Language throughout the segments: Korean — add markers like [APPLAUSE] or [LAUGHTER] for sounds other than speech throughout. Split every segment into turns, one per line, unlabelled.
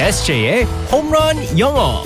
SJ의 홈런 영어.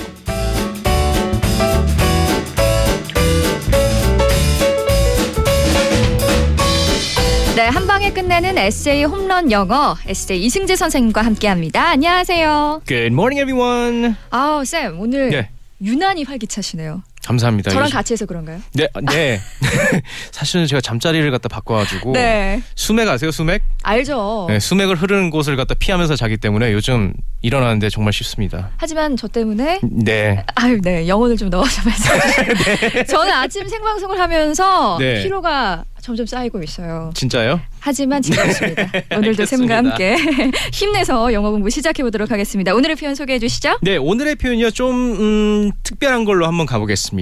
네, 한 방에 끝내는 에세이 홈런 영어 에세이 이승재 선생님과 함께합니다. 안녕하세요.
Good morning, everyone.
아우 쌤 오늘
네.
유난히 활기차시네요.
감사합니다.
저랑
요즘-
같이 해서 그런가요?
네, 아, 네. [LAUGHS] 사실은 제가 잠자리를 갖다 바꿔가지고
네, 어.
수맥 아세요? 수맥?
알죠.
네, 수맥을 흐르는 곳을 갖다 피하면서 자기 때문에 요즘 일어나는데 정말 쉽습니다.
하지만 저 때문에
네,
아유 네 영혼을 좀 넣어서
[LAUGHS]
말씀해주세요. 저는 아침 생방송을 하면서
네.
피로가 점점 쌓이고 있어요.
진짜요?
하지만
네. [LAUGHS]
즐겁습니다. 오늘도
알겠습니다.
쌤과 함께 [LAUGHS] 힘내서 영어 공부 시작해 보도록 하겠습니다. 오늘의 표현 소개해 주시죠.
네, 오늘의 표현이요 좀 음, 특별한 걸로 한번 가보겠습니다.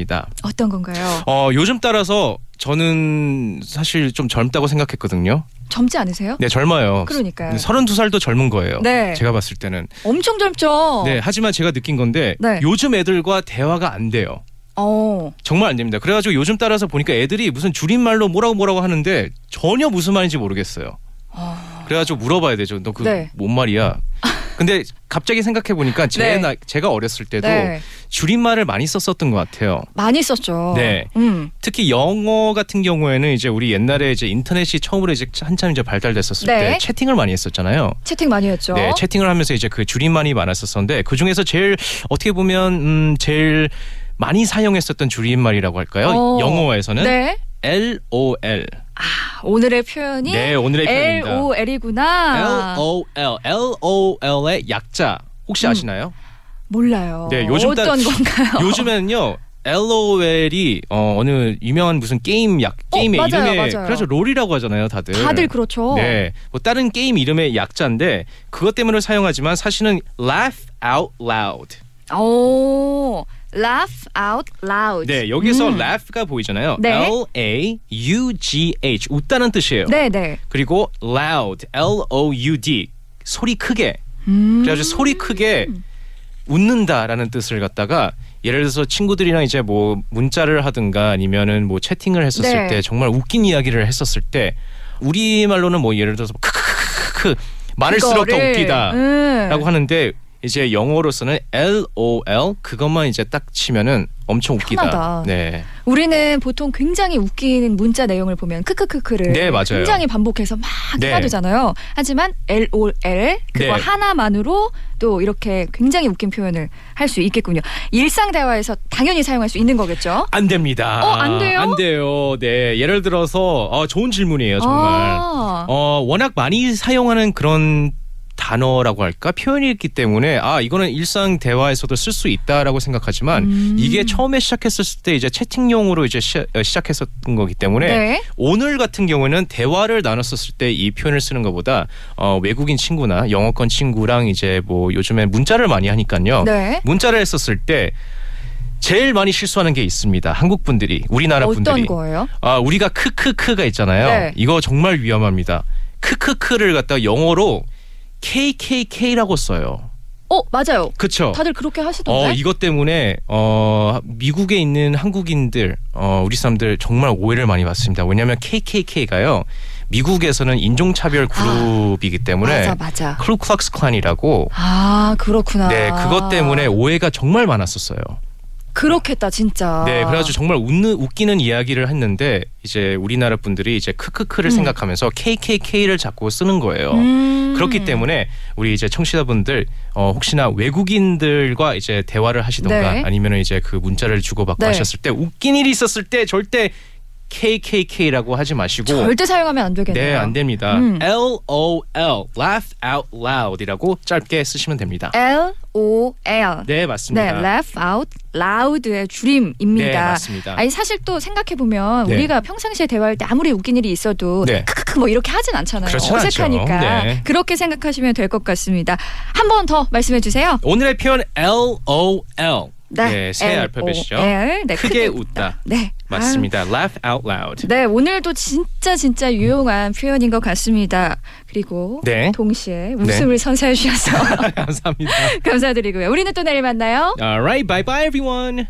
어떤 건가요?
어, 요즘 따라서 저는 사실 좀 젊다고 생각했거든요.
젊지 않으세요?
네, 젊어요.
그러니까요.
32살도 젊은 거예요.
네.
제가 봤을 때는.
엄청 젊죠.
네, 하지만 제가 느낀 건데
어. 네.
요즘 애들과 대화가 안 돼요.
어.
정말 안 됩니다. 그래가지고 요즘 따라서 보니까 애들이 무슨 줄임말로 뭐라고 뭐라고 하는데 전혀 무슨 말인지 모르겠어요. 그래가지고 물어봐야 되죠. 너 그 뭔
아. 네.
말이야? 근데 갑자기 생각해 보니까 제
네.
나, 제가 어렸을 때도
네.
줄임말을 많이 썼었던 것 같아요.
많이 썼죠.
네.
음.
특히 영어 같은 경우에는 이제 우리 옛날에 이제 인터넷이 처음으로 이제 한참 이제 발달됐었을
네.
때 채팅을 많이 했었잖아요.
채팅 많이 했죠.
네, 채팅을 하면서 이제 그 줄임말이 많았었었는데 그 중에서 제일 어떻게 보면 음, 제일 많이 사용했었던 줄임말이라고 할까요?
어.
영어에서는
네.
LOL.
아, 오늘의 표현이
네, 오늘의
L
표현입니다.
O L이구나.
LOL. LOL의 약자 혹시
음.
아시나요?
몰라요.
네, 요즘 따-
어떤 건가요?
요즘에는요. LOL이 어, 어느 유명한 무슨 게임 약
어,
게임의
맞아요,
이름에
맞아요.
그래서 롤이라고 하잖아요, 다들.
다들 그렇죠.
네. 뭐 다른 게임 이름의 약자인데 그것 때문에 사용하지만 사실은 laugh out loud.
[LAUGHS] 오. laugh out loud.
네, 여기서
음.
laugh가 보이잖아요.
네.
L A U G H 웃다는 뜻이에요.
네, 네.
그리고 loud, L O U D 소리 크게.
음.
그래가지고 소리 크게 웃는다라는 뜻을 갖다가 예를 들어서 친구들이랑 이제 뭐 문자를 하든가 아니면은 뭐 채팅을 했었을
네.
때 정말 웃긴 이야기를 했었을 때 우리 말로는 뭐 예를 들어서 크크크크 많을수록 더
그거를,
웃기다라고
음.
하는데 이제 영어로서는 L O L 그것만 이제 딱 치면은 엄청 웃기다.
편하다.
네.
우리는 보통 굉장히 웃기는 문자 내용을 보면 크크크크를
네, 맞아요.
굉장히 반복해서 막
네.
해놔두잖아요. 하지만 LOL 그거
네.
하나만으로 또 이렇게 굉장히 웃긴 표현을 할 수 있겠군요. 일상 대화에서 당연히 사용할 수 있는 거겠죠.
안 됩니다.
어, 안 돼요?
안 돼요. 네. 예를 들어서 어, 좋은 질문이에요, 정말.
아,
어, 워낙 많이 사용하는 그런 단어라고 할까 표현이 있기 때문에 아 이거는 일상 대화에서도 쓸 수 있다라고 생각하지만
음.
이게 처음에 시작했을 때 이제 채팅용으로 이제 어, 시, 작했었던 거기 때문에
네.
오늘 같은 경우는 대화를 나눴었을 때 이 표현을 쓰는 것보다 어, 외국인 친구나 영어권 친구랑 이제 뭐 요즘에 문자를 많이 하니까요
네.
문자를 했었을 때 제일 많이 실수하는 게 있습니다 한국 분들이 우리나라 분들이
어떤 거예요?
아, 우리가 크크크가 있잖아요.
네.
이거 정말 위험합니다. 크크크를 갖다 영어로 KKK라고 써요.
어, 맞아요.
그쵸?
다들 그렇게 하시던데.
어, 이것 때문에 어, 미국에 있는 한국인들, 어, 우리 사람들 정말 오해를 많이 받습니다. 왜냐하면 KKK가요. 미국에서는 인종차별 그룹이기 때문에
아, 맞아, 맞아.
클루클락스 클란이라고
아, 그렇구나.
네, 그것 때문에 오해가 정말 많았었어요.
그렇겠다, 진짜.
네, 그래가지고 정말 웃는 웃기는 이야기를 했는데 이제 우리나라 분들이 이제 크크크를
음.
생각하면서 KKK를 자꾸 쓰는 거예요.
음.
그렇기 때문에 우리 이제 청취자분들 어, 혹시나 외국인들과 이제 대화를 하시던가
네.
아니면 이제 그 문자를 주고받고
네.
하셨을 때 웃긴 일이 있었을 때 절대 KKK라고 하지 마시고
절대 사용하면 안 되겠네요.
뭐 네, 안 됩니다.
음.
LOL, laugh out loud이라고 짧게 쓰시면 됩니다.
L O L.
네,
네,
맞습니다.
laugh out loud의 줄임입니다.
네, 맞습니다.
아니 사실 또 생각해 보면
네.
우리가 평상시에 대화할 때 아무리 웃긴 일이 있어도
네.
크크크 뭐 이렇게 하진 않잖아요.
그렇진 않죠.
어색하니까
네.
그렇게 생각하시면 될 것 같습니다. 한 번 더 말씀해 주세요. 네,
오늘의 표현 LOL. 네, 새
L,
알파벳이죠.
O, L. 네,
크게 웃다.
네, 아유,
맞습니다. laugh out loud. [LAUGHS]
네, 오늘도 진짜 진짜 유용한 표현인 것 같습니다. 그리고
네.
동시에 웃음을 선사해 주셔서 [LAUGHS]
감사합니다.
감사드리고요. 우리는 또 내일 만나요.
Alright, bye bye everyone.